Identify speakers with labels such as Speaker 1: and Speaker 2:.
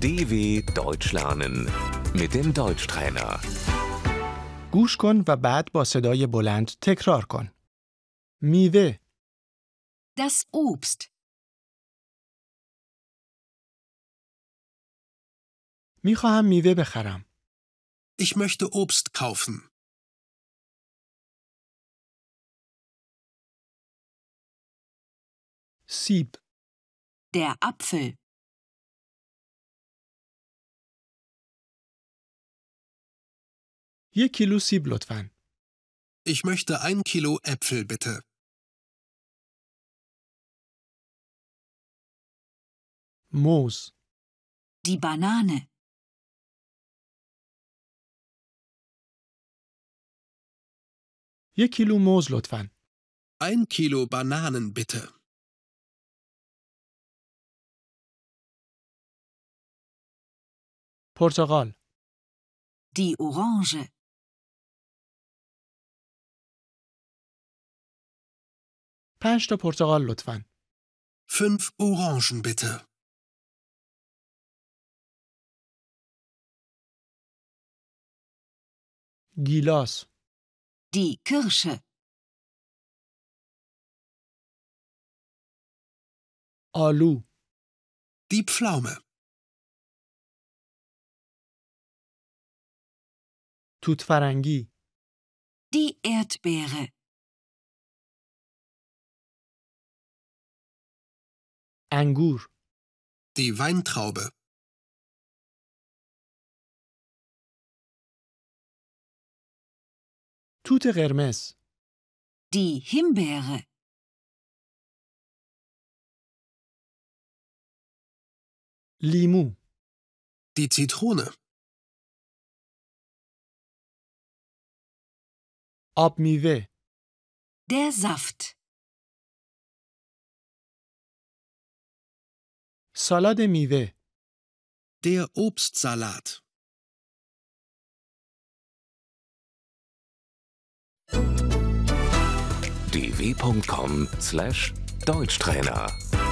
Speaker 1: DW Deutsch lernen mit dem Deutschtrainer.
Speaker 2: گوش کن و بعد با صدای بلند تکرار کن. میوه،
Speaker 3: Das Obst,
Speaker 2: میخواهم میوه بخرم.
Speaker 4: Ich möchte Obst kaufen.
Speaker 2: سیب،
Speaker 3: der Apfel,
Speaker 2: یک کیلو سیب لطفاً.
Speaker 4: Ich möchte ein Kilo Äpfel bitte.
Speaker 2: موز،
Speaker 3: die Banane,
Speaker 2: یک کیلو موز لطفاً.
Speaker 4: Ein Kilo Bananen bitte.
Speaker 2: پرتقال،
Speaker 3: die Orange,
Speaker 2: پنج تا پرتقال لطفاً.
Speaker 4: Fünf Orangen bitte.
Speaker 2: گیلاس،
Speaker 3: die Kirsche,
Speaker 2: آلو،
Speaker 4: Die Pflaume.
Speaker 2: توت فرنگی،
Speaker 3: die Erdbeere,
Speaker 2: انگور،
Speaker 4: Die Weintraube.
Speaker 2: توت قرمز،
Speaker 3: die Himbeere,
Speaker 2: لیمو،
Speaker 4: Die Zitrone.
Speaker 2: آب میوه،
Speaker 3: der Saft,
Speaker 2: سالاد میوه،
Speaker 4: Der Obstsalat.
Speaker 1: dw.com/deutschtrainer